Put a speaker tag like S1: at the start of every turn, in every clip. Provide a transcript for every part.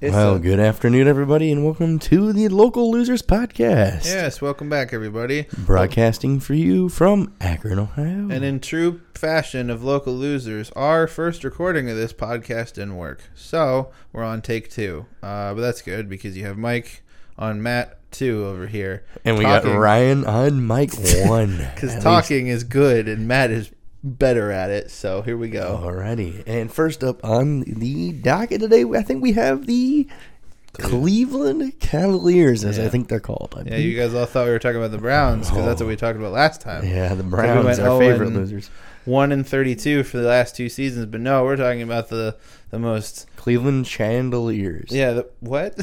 S1: It's
S2: well,
S1: a-
S2: good afternoon, everybody, and welcome to the Local Losers Podcast.
S1: Yes, welcome back, everybody.
S2: Broadcasting for you from Akron, Ohio.
S1: And in true fashion of local losers, our first recording of this podcast didn't work. So we're on take two. Uh, but that's good because you have Mike on Matt two over here.
S2: And we got Ryan on mic one.
S1: Because
S2: At
S1: talking is good and Matt is better at it. So here we
S2: least-
S1: go.
S2: Alrighty. And first up on the docket today, I think we have the Cleveland Cavaliers, as I
S1: Yeah.
S2: think they're called. I
S1: Yeah,
S2: believe.
S1: you guys all thought we were talking about the Browns because that's what we talked about last time.
S2: yeah, the
S1: we
S2: Browns,
S1: went 0
S2: our favorite
S1: and-
S2: losers.
S1: One and thirty-two for the last two seasons, but no, we're talking about the the most.
S2: Cleveland Chandeliers.
S1: Yeah, the, what?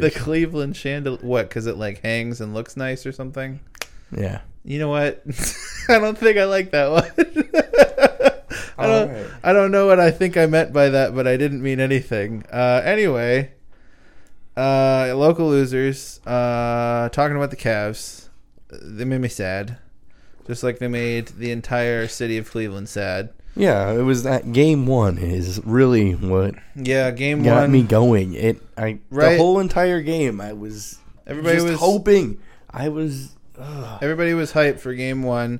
S1: The Cleveland chandel what? Because it like hangs and looks nice or something.
S2: yeah.
S1: You know what? I don't think I like that one. I don't.
S2: Alright.
S1: I don't know what I think I meant by that, but I didn't mean anything. Uh, anyway, uh, local losers. Uh, talking about the Cavs, they made me sad. Just like they made the entire city of Cleveland sad.
S2: Yeah, it was that game one is really what
S1: Yeah, game
S2: got
S1: one.
S2: me going. It I the
S1: Right.
S2: whole entire game I was
S1: Everybody
S2: just
S1: was
S2: hoping I was ugh.
S1: Everybody was hyped for game one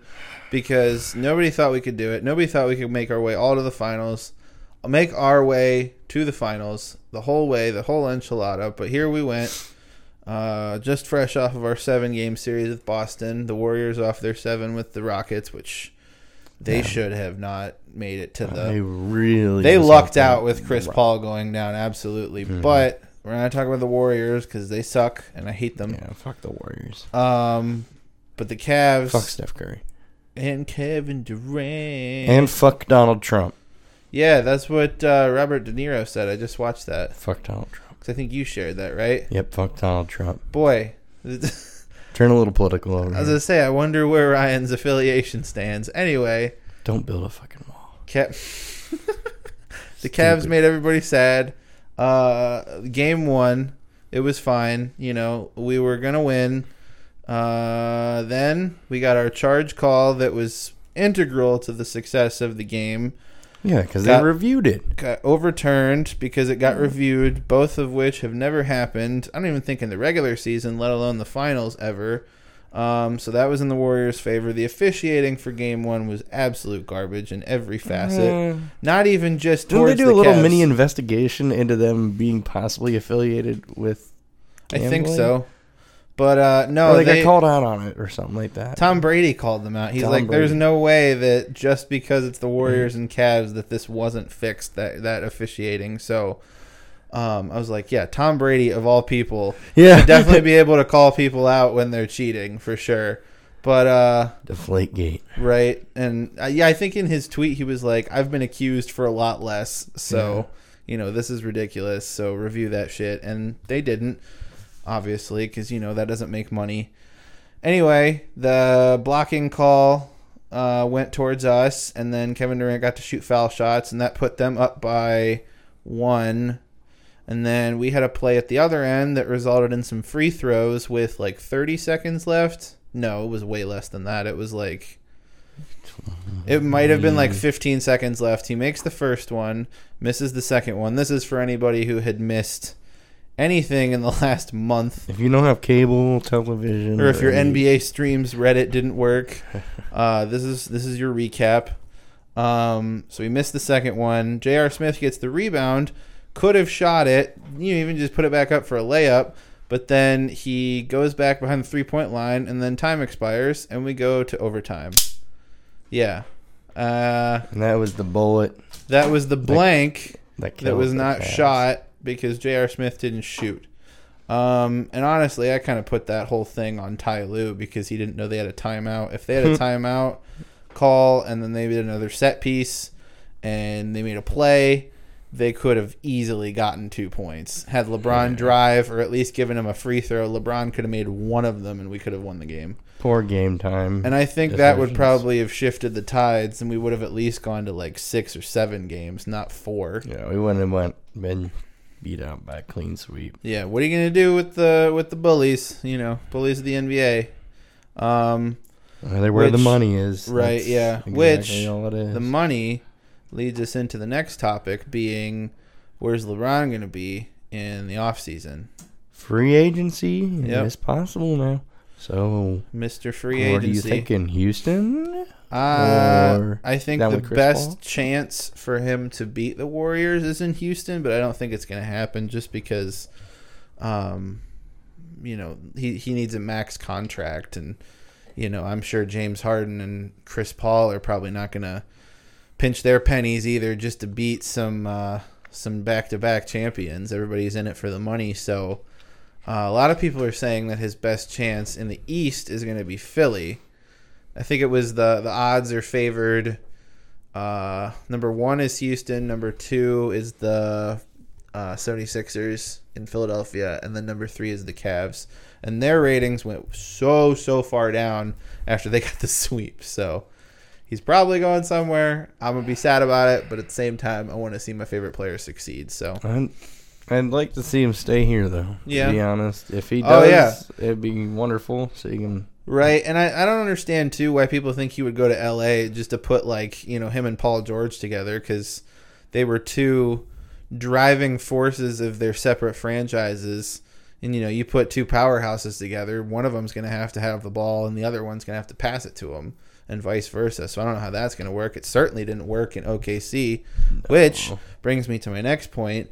S1: because nobody thought we could do it. Nobody thought we could make our way all to the finals, make our way to the finals the whole way, the whole enchilada. But here we went, uh, just fresh off of our seven game series with Boston. The Warriors off their seven with the Rockets, which they should have not made it to the
S2: I Oh, really
S1: they
S2: was
S1: lucked
S2: hoping-
S1: out with Chris Paul going down, absolutely.
S2: Mm-hmm.
S1: But we're not talking about the Warriors because they suck and I hate them.
S2: Yeah, fuck the Warriors.
S1: Um, but the Cavs
S2: Fuck Steph Curry.
S1: and Kevin Durant.
S2: And fuck Donald Trump.
S1: yeah, that's what uh, Robert De Niro said. I just watched that
S2: Fuck Donald Trump.
S1: because I think you shared that, right?
S2: Yep, fuck Donald Trump.
S1: Boy, I
S2: Turn a little political over.
S1: was
S2: here.
S1: gonna say, I wonder where Ryan's affiliation stands. Anyway,
S2: Don't build a fucking wall.
S1: Ca- the Cavs made everybody sad. Uh, game one, it was fine. You know, we were gonna win. Uh, then we got our charge call that was integral to the success of the game.
S2: Yeah, because they
S1: Got-
S2: reviewed it.
S1: got overturned because it
S2: Hmm.
S1: got reviewed, both of which have never happened. I don't even think in the regular season, let alone the finals ever. Um, so that was in the Warriors' favor. The officiating for Game One was absolute garbage in every facet.
S2: Mm.
S1: Not even just
S2: Didn't
S1: towards
S2: they do
S1: the
S2: a little
S1: Cavs.
S2: mini investigation into them being possibly affiliated with?
S1: I think
S2: gambling?
S1: so, but uh, no,
S2: Oh, they,
S1: they,
S2: got called out on it or something like that.
S1: Tom Brady called them out. He's
S2: Tom
S1: like, "There's
S2: Brady. Hmm.
S1: no way that just because it's the Warriors and Cavs that this wasn't fixed that that officiating." So, um, I was like, "Yeah, Tom Brady of all people
S2: yeah,
S1: should definitely be able to call people out when they're cheating for sure." But uh,
S2: Deflate Gate.
S1: right, and uh, yeah, I think in his tweet he was like, "I've been accused for a lot less, so you know this is ridiculous. So review that shit." And they didn't, obviously, because you know that doesn't make money. Anyway, the blocking call uh, went towards us, and then Kevin Durant got to shoot foul shots, and that put them up by one. And then we had a play at the other end that resulted in some free throws with like 30 seconds left. No, it was way less than that. It was like. It might have been like 15 seconds left. He makes the first one, misses the second one. This is for anybody who had missed anything in the last month
S2: If you don't have cable television,
S1: or if your
S2: any-
S1: NBA streams Reddit didn't work, uh, this is this is your recap. Um, so we missed the second one. J.R. Smith gets the rebound, could have shot it. You know, even just put it back up for a layup, but then he goes back behind the three point line, and then time expires, and we go to overtime. Yeah, uh,
S2: and that was the bullet
S1: that was the blank
S2: that killed
S1: that was
S2: the
S1: not
S2: Cavs.
S1: shot because J.R. Smith didn't shoot. Um, and honestly, I kind of put that whole thing on Ty Lue because he didn't know they had a timeout. If they had a timeout call and then they did another set piece and they made a play, they could have easily gotten two points. Had LeBron drive or at least given him a free throw, LeBron could have made one of them and we could have won the game.
S2: Poor game time.
S1: And I think that would
S2: Decisions.
S1: probably have shifted the tides and we would have at least gone to like six or seven games, not four.
S2: yeah, we went and went been beat out by a clean sweep.
S1: Yeah, what are you gonna do with the with the bullies? You know, bullies of the NBA. Um,
S2: Well, Uh, they're where the
S1: Which-
S2: money is,
S1: right,
S2: That's
S1: yeah.
S2: exactly
S1: Which,
S2: all it is.
S1: the money leads us into the next topic being where's LeBron gonna be? in the off season.
S2: Free agency
S1: Yep.
S2: is possible now. So,
S1: Mr. Free
S2: what are you
S1: Agency.
S2: thinking? Houston?
S1: Uh,
S2: Or
S1: I think
S2: down
S1: the
S2: with Chris
S1: best
S2: Paul?
S1: chance for him to beat the Warriors is in Houston, but I don't think it's going to happen just because, um, you know, he, he needs a max contract. And, you know, I'm sure James Harden and Chris Paul are probably not going to pinch their pennies either just to beat some uh, some back to back champions. Everybody's in it for the money. So uh, a lot of people are saying that his best chance in the East is going to be Philly. I think it was the the odds are favored. Uh, number one is Houston. Number two is the uh, 76ers in Philadelphia. And then number three is the Cavs. And their ratings went so, so far down after they got the sweep. So he's probably going somewhere. I'm going to be sad about it. But at the same time, I want to see my favorite player succeed. So
S2: I'd, I'd like to see him stay here, though.
S1: Yeah.
S2: To be honest. If he
S1: Oh,
S2: does, it'd be wonderful. So you can.
S1: Right, and I, I don't understand too why people think he would go to L.A. just to put like you know him and Paul George together because they were two driving forces of their separate franchises, and you know you put two powerhouses together, one of them's going to have to have the ball and the other one's going to have to pass it to him, and vice versa. So I don't know how that's going to work. It certainly didn't work in OKC, which brings me to my next point.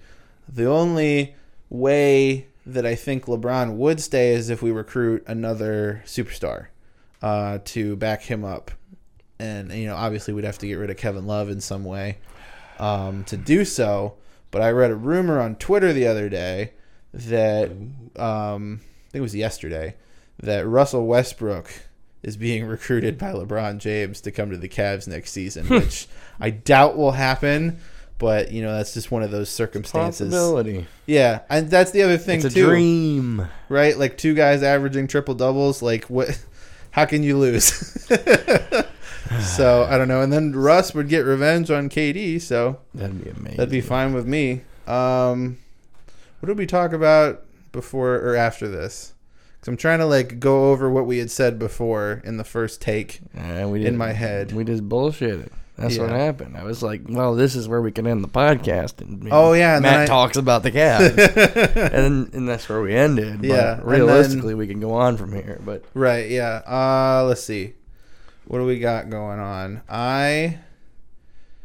S1: The only way that I think LeBron would stay is if we recruit another superstar uh, to back him up. And, you know, obviously we'd have to get rid of Kevin Love in some way um, to do so. But I read a rumor on Twitter the other day that, um, I think it was yesterday, that Russell Westbrook is being recruited by LeBron James to come to the Cavs next season, which I doubt will happen. But, you know, that's just one of those circumstances.
S2: Possibility.
S1: Yeah, and that's the other thing
S2: It's a
S1: too,
S2: dream.
S1: right? Like two guys averaging triple doubles. Like what? How can you lose? so I don't know. And then Russ would get revenge on KD, so
S2: That'd be amazing.
S1: that'd be fine with me. Um, what did we talk about before or after this? Because I'm trying to like go over what we had said before in the first take.
S2: Yeah, we
S1: in
S2: did-
S1: my head.
S2: We just bullshit it. That's what
S1: Yeah.
S2: happened. I was like, well, this is where we can end the podcast. And, you
S1: Oh, yeah, and then
S2: Matt
S1: I-
S2: talks about the Cavs. and, and that's where we ended.
S1: Yeah, and
S2: But realistically, we can go on from here. But
S1: Right, yeah. Uh, let's see. What do we got going on? I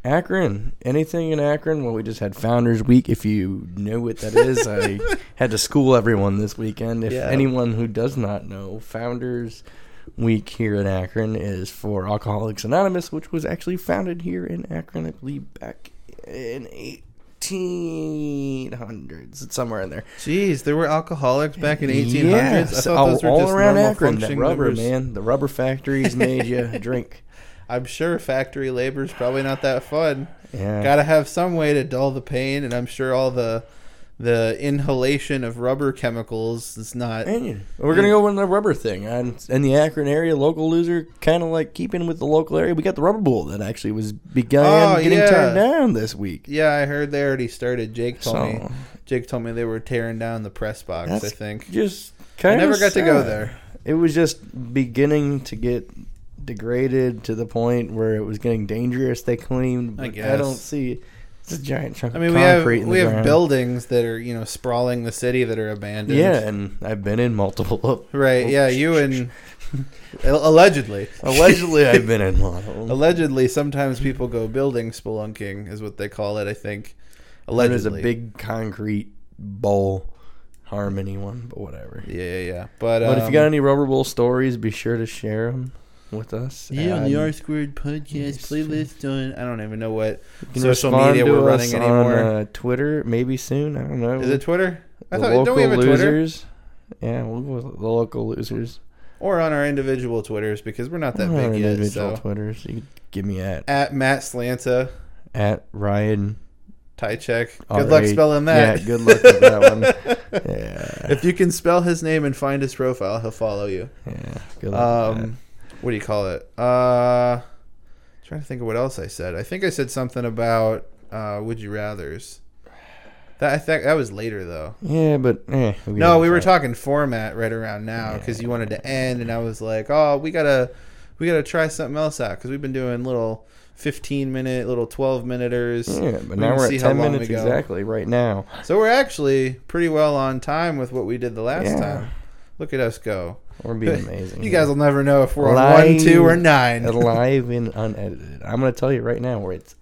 S2: Akron, anything in Akron? Well, we just had Founders Week. If you know what that is, I had to school everyone this weekend. If
S1: Yeah.
S2: anyone who does not know, Founders Week here in Akron is for Alcoholics Anonymous, which was actually founded here in Akron, I believe, back in 1800s. It's somewhere in there.
S1: Jeez, there were alcoholics back in 1800s. I
S2: Yes,
S1: thought
S2: all,
S1: those were
S2: all
S1: just
S2: around
S1: normal
S2: Akron. That
S1: functioning
S2: rubber,
S1: members.
S2: man. The rubber factories made you drink.
S1: I'm sure factory labor's probably not that fun.
S2: Yeah.
S1: Got to have some way to dull the pain, and I'm sure all the the inhalation of rubber chemicals is not.
S2: Opinion. We're gonna go with the rubber thing. And in the Akron area, local loser, kind of like keeping with the local area. We got the Rubber Bowl that actually was begun
S1: Oh,
S2: getting
S1: yeah.
S2: turned down this week.
S1: Yeah, I heard they already started. Jake told
S2: So-
S1: me. Jake told me they were tearing down the press box. I
S2: That's
S1: think
S2: Just
S1: I
S2: kind of
S1: never got to go there.
S2: It was just beginning to get degraded to the point where it was getting dangerous. They claimed.
S1: I
S2: but
S1: guess.
S2: don't see. It's a giant chunk
S1: I mean,
S2: of
S1: we have
S2: concrete. in the
S1: we have
S2: ground.
S1: buildings that are you know sprawling the city that are abandoned.
S2: Yeah, and I've been in multiple. of-
S1: right. Yeah, you and allegedly.
S2: Allegedly, I've been in multiple.
S1: Allegedly, sometimes people go building spelunking, is what they call it. I think.
S2: There
S1: Allegedly,
S2: was a big concrete bowl harmony one, but whatever.
S1: Yeah, yeah, yeah. But,
S2: But if
S1: um,
S2: you got any Rubber Bowl stories, be sure to share them with us. Um,
S1: yeah, on the R
S2: And
S1: squared podcast
S2: Yes.
S1: playlist on I don't even know what
S2: you can
S1: social
S2: respond
S1: media
S2: to
S1: we're
S2: us
S1: running anymore.
S2: On, uh, Twitter, maybe soon. I don't know.
S1: is it Twitter? I
S2: The
S1: thought don't we have a Twitter
S2: losers. Yeah, we'll go with the local losers.
S1: or on our individual Twitters because we're not that
S2: Or
S1: big yet.
S2: individual
S1: So
S2: Twitters. You can give me at
S1: at Matt Slanta
S2: at Ryan.
S1: Tychek.
S2: R
S1: Good luck
S2: A-
S1: spelling that.
S2: Yeah, good luck with that one. Yeah,
S1: If you can spell his name and find his profile, he'll follow you.
S2: yeah. Good luck. with
S1: um, what do you call it? Uh, trying to think of what else I said. I think I said something about uh, would you rather's. That I think that was later though.
S2: that. yeah, but eh, we
S1: No,
S2: can
S1: we were
S2: try.
S1: talking format right around now because you wanted to end, and I was like, oh, we gotta we gotta try something else out because we've been doing little 15 minute, little 12 minuters.
S2: Yeah, but
S1: We
S2: now
S1: can
S2: we're
S1: see
S2: at
S1: how
S2: 10
S1: long
S2: minutes
S1: we go.
S2: exactly right now.
S1: So we're actually pretty well on time with what we did the last
S2: Yeah.
S1: time. Look at us go.
S2: We're being amazing.
S1: You guys will never know if we're on one,
S2: Live.
S1: two, or nine.
S2: live and unedited. I'm gonna tell you right now where it's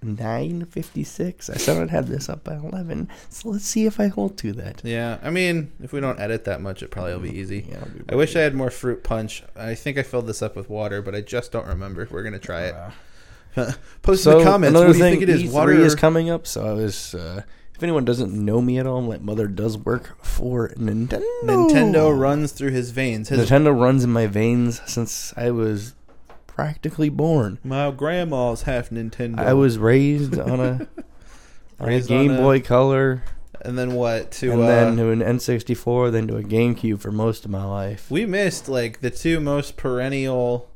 S2: 9:56. I said I'd have this up by 11, so let's see if I hold to that.
S1: Yeah, I mean, if we don't edit that much, it probably will be easy.
S2: Yeah, I'll be
S1: I wish I had more fruit punch. I think I filled this up with water, but I just don't remember. We're gonna try it.
S2: Wow.
S1: Post
S2: So
S1: in the comments.
S2: another
S1: What do you
S2: thing,
S1: think it is?
S2: E3
S1: Water
S2: is coming up. So I was, uh, if anyone doesn't know me at all, my mother does work for Nintendo.
S1: Nintendo runs through his veins. His
S2: Nintendo runs in my veins since I was practically born.
S1: my grandma's half Nintendo.
S2: I was raised on a, on a
S1: Raised
S2: Game
S1: on a-
S2: Boy Color,
S1: and then what? To
S2: and
S1: uh,
S2: then to an N64, then to a GameCube for most of my life.
S1: we missed like the two most perennial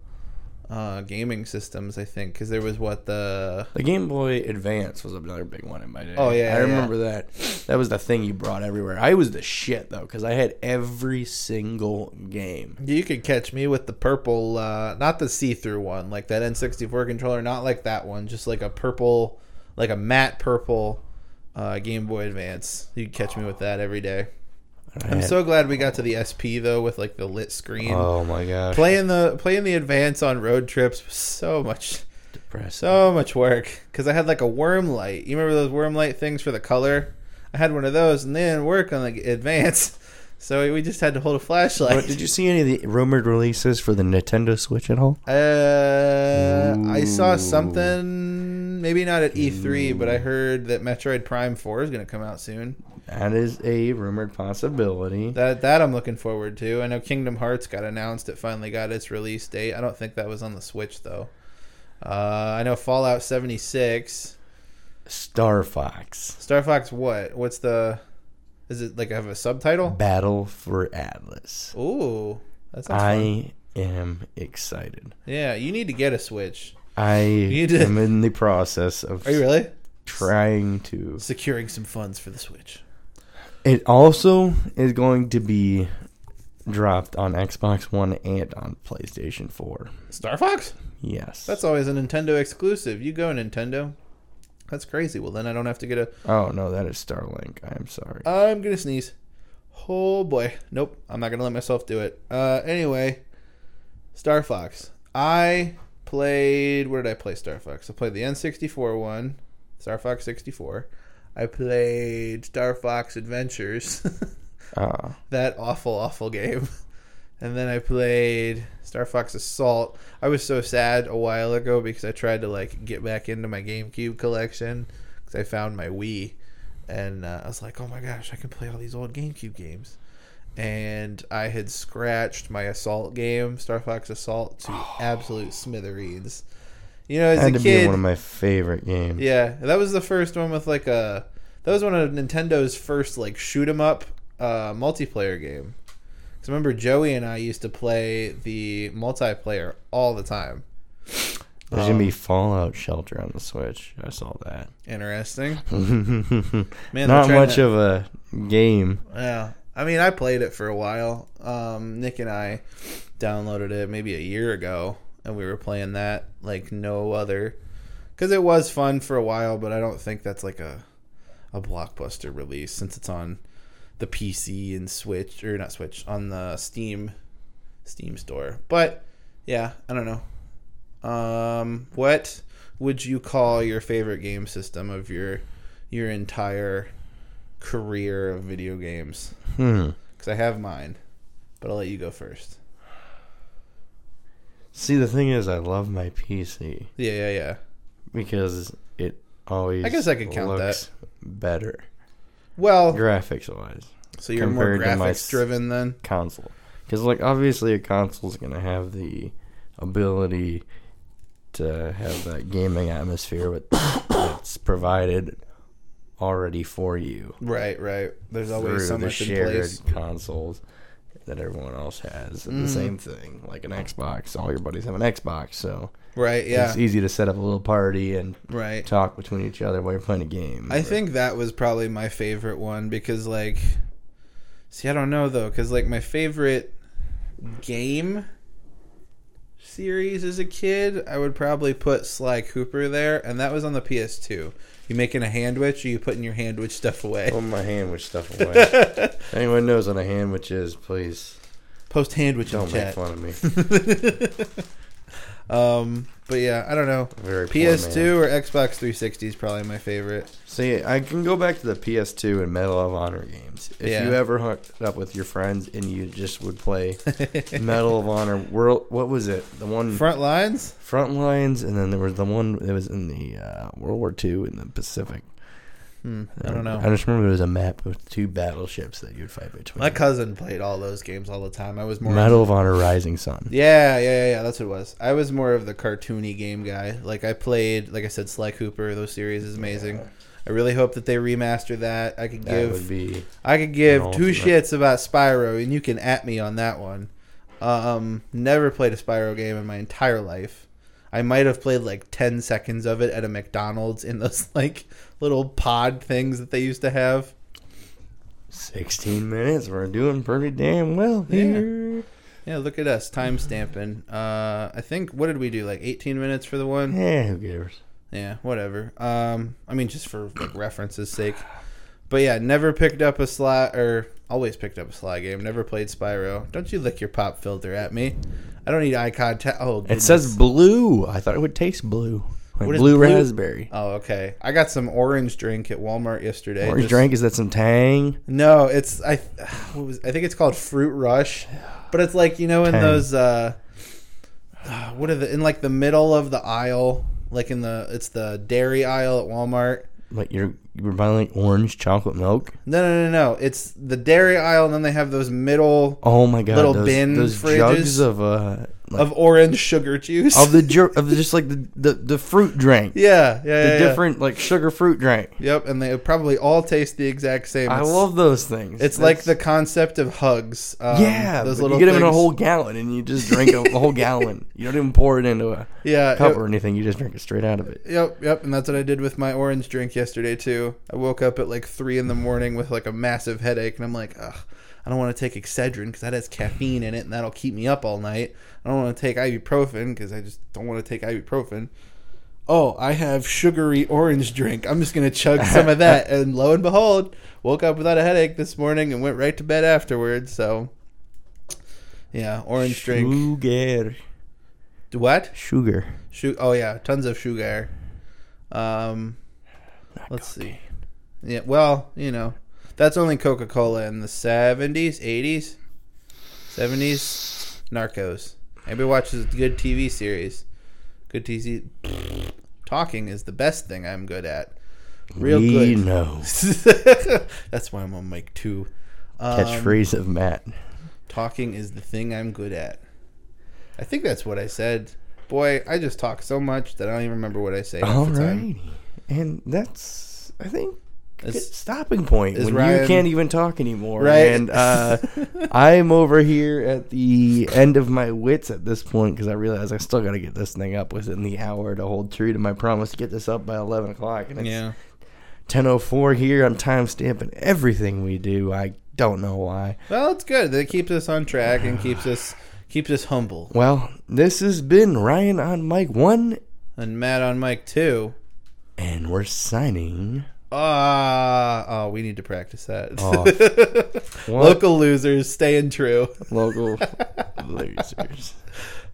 S1: uh, gaming systems, I think, because there was what the
S2: The Game Boy Advance was another big one in my day.
S1: Oh, yeah, yeah.
S2: I remember that. That was the thing you brought everywhere. I was the shit though because I had every single game.
S1: you could catch me with the purple, uh, not the see-through one, like that N64 controller, not like that one, just like a purple, like a matte purple uh, Game Boy Advance. You'd catch me with that every day.
S2: I
S1: I'm
S2: had-
S1: so glad we got to the SP though, with like the lit screen.
S2: Oh my gosh.
S1: Playing the playing the Advance on road trips was so much
S2: Depressed.
S1: so much work because I had like a worm light. You remember those worm light things for the color? I had one of those, and they didn't work on the Advance, so we just had to hold a flashlight.
S2: But did you see any of the rumored releases for the Nintendo Switch at all?
S1: Uh, I saw
S2: Ooh.
S1: something. Maybe not at E3, but I heard that Metroid Prime Four is going to come out soon.
S2: That is a rumored possibility.
S1: That that I'm looking forward to. I know Kingdom Hearts got announced. It finally got its release date. I don't think that was on the Switch though. Uh, I know Fallout 76.
S2: Star Fox.
S1: Star Fox. What? What's the? Is it like have a subtitle?
S2: Battle for Atlas.
S1: Ooh, that sounds fun.
S2: I am excited.
S1: Yeah, you need to get a Switch.
S2: I
S1: need to-
S2: am in the process of
S1: Are you really
S2: trying to.
S1: securing some funds for the Switch?
S2: It also is going to be dropped on Xbox One and on PlayStation 4.
S1: Star Fox.
S2: Yes.
S1: That's always a Nintendo exclusive. You go, Nintendo. That's crazy. Well, then I don't have to get a.
S2: oh no, that is Starlink. I'm sorry.
S1: I'm gonna sneeze. Oh boy. Nope. I'm not gonna let myself do it. Uh, anyway, Star Fox. I played. Where did I play Star Fox? I played the N64 one, Star Fox 64. I played Star Fox Adventures,
S2: Uh,
S1: that awful, awful game. And then I played Star Fox Assault. I was so sad a while ago because I tried to like get back into my GameCube collection because I found my Wii, and uh, I was like, oh my gosh, I can play all these old GameCube games. And I had scratched my Assault game, Star Fox Assault, to absolute smithereens. You know, as
S2: had
S1: a
S2: to
S1: kid,
S2: be one of my favorite games.
S1: yeah, that was the first one with like a. That was one of Nintendo's first like shoot 'em up uh, multiplayer game. Because remember, Joey and I used to play the multiplayer all the time.
S2: There's gonna
S1: Oh.
S2: be Fallout Shelter on the Switch. I saw that.
S1: Interesting.
S2: Man,
S1: they're
S2: Not
S1: trying
S2: much
S1: to-
S2: of a game.
S1: Yeah, I mean, I played it for a while. Um, Nick and I downloaded it maybe a year ago, and we were playing that like no other, because it was fun for a while. But I don't think that's like a a blockbuster release since it's on the PC and Switch or not Switch on the Steam Steam store. But yeah, I don't know. Um, what would you call your favorite game system of your your entire career of video games?
S2: Hmm.
S1: Because I have mine, but I'll let you go first.
S2: See, the thing is, I love my PC
S1: Yeah, yeah, yeah.
S2: because it always.
S1: I guess I could count
S2: better
S1: Well,
S2: graphics wise
S1: so you're more
S2: compared to my
S1: graphics driven then.
S2: console because like obviously a console's gonna have the ability to have that gaming atmosphere with that's provided already for you
S1: Right, right. There's always
S2: through
S1: so
S2: the
S1: much in
S2: shared
S1: place. Mm.
S2: consoles that everyone else has. And The same thing, like an Xbox. All your buddies have an Xbox, so
S1: Right, yeah.
S2: it's easy to set up a little party and
S1: Right.
S2: talk between each other while you're playing a game.
S1: I think that was probably my favorite one because, like, see, I don't know though, because like my favorite game series as a kid, I would probably put Sly Cooper there, and that was on the PS2. You making a handwich, or you putting your handwich stuff away?
S2: Put my handwich stuff away. Anyone knows what a handwich is, please
S1: Post handwich in
S2: don't make
S1: chat.
S2: fun of me.
S1: Um, but yeah, I don't know.
S2: Very poor man.
S1: PS2 or Xbox 360 is probably my favorite.
S2: See, I can go back to the PS2 and Medal of Honor games. If
S1: Yeah.
S2: you ever hooked up with your friends and you just would play Medal of Honor World, what was it? The one
S1: Front lines?
S2: front lines, and then there was the one that was in the uh, World War II in the Pacific.
S1: Hmm, I don't know.
S2: I just remember there was a map with two battleships that you'd fight between.
S1: My cousin played all those games all the time. I was more
S2: Medal of Honor Rising Sun.
S1: Yeah, yeah, yeah, yeah, that's what it was. I was more of the cartoony game guy. Like I played, like I said, Sly Cooper. Those series is amazing. I really hope that they remaster that. I could
S2: That
S1: give,
S2: would be
S1: I could give
S2: an
S1: two
S2: ultimate.
S1: shits about Spyro, and you can at me on that one. Um, never played a Spyro game in my entire life. I might have played like ten seconds of it at a McDonald's in those like little pod things that they used to have.
S2: 16 minutes. We're doing pretty damn well
S1: Yeah.
S2: here.
S1: Yeah, look at us time stamping. Uh, I think what did we do? Like eighteen minutes for the one.
S2: Yeah, who cares?
S1: Yeah, whatever. Um, I mean, just for like reference's sake. But yeah, never picked up a Sly or always picked up a Sly game. Never played Spyro. Don't you lick your pop filter at me? I don't need eye contact. Oh,
S2: It
S1: goodness.
S2: says blue. I thought it would taste blue. Like
S1: What is
S2: blue,
S1: blue?
S2: raspberry.
S1: Oh, okay. I got some orange drink at Walmart yesterday.
S2: Orange
S1: Just-
S2: drink is that some tang?
S1: No, it's I. What was I think it's called Fruit Rush, but it's like you know in
S2: Tang.
S1: those uh, uh, what are the in like the middle of the aisle, like in the it's the dairy aisle at Walmart.
S2: Like you're you're buying like orange chocolate milk.
S1: No, no, no, no. It's the dairy aisle, and then they have those middle
S2: Oh my god!
S1: Little
S2: those,
S1: bin
S2: those
S1: fridges
S2: jugs of uh like,
S1: of orange sugar juice.
S2: of the ju- of just like the the, the fruit drink,
S1: yeah, yeah,
S2: the
S1: yeah, yeah.
S2: different like sugar fruit drink.
S1: Yep, and they probably all taste the exact same.
S2: I
S1: It's-
S2: love those things.
S1: It's like the concept of hugs. Um,
S2: yeah.
S1: those
S2: but
S1: little
S2: you get them in a
S1: things.
S2: whole gallon and you just drink a, a whole gallon. You don't even pour it into a
S1: yeah. Uh, it-
S2: cup or anything. You just drink it straight out of it.
S1: Yep, yep, and that's what I did with my orange drink yesterday too. I woke up at like three in the morning with like a massive headache, and I'm like, ugh, I don't want to take Excedrin because that has caffeine in it, and that'll keep me up all night. I don't want to take ibuprofen because I just don't want to take ibuprofen. Oh, I have sugary orange drink. I'm just gonna chug some of that, and lo and behold, woke up without a headache this morning and went right to bed afterwards. So, yeah, orange drink.
S2: Sugar,
S1: What?
S2: sugar.
S1: Shu- oh yeah, tons of sugar. Um, let's see. Yeah, well, you know, that's only Coca Cola in the seventies, eighties, seventies. Narcos. Everybody watches good TV series. Good TV. Talking is the best thing I'm good at. Real
S2: we
S1: good.
S2: know
S1: that's why I'm on mic two. Um,
S2: catchphrase of Matt.
S1: Talking is the thing I'm good at. I think that's what I said. Boy, I just talk so much that I don't even remember what I say. half
S2: All
S1: the time.
S2: right, and that's I think a good
S1: Is-
S2: stopping point
S1: is
S2: when
S1: Ryan-
S2: you can't even talk anymore.
S1: Right.
S2: and uh, I'm over here at the end of my wits at this point because I realize I still got to get this thing up within the hour to hold true to my promise to get this up by 11 o'clock, and it's
S1: Yeah.
S2: 10:04 here. I'm time stamping everything we do. I don't know why.
S1: Well, it's good. It keeps us on track and keeps us keeps us humble.
S2: Well, this has been Ryan on Mike One,
S1: And Matt on mic too.
S2: and we're signing.
S1: Ah, oh, we need to practice that.
S2: Oh. What?
S1: Local losers staying true.
S2: local losers.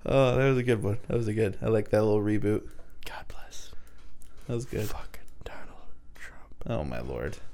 S1: Oh, that was a good one. That was a good. I like that little reboot.
S2: God bless
S1: That was good.
S2: fucking Donald Trump.
S1: Oh my lord.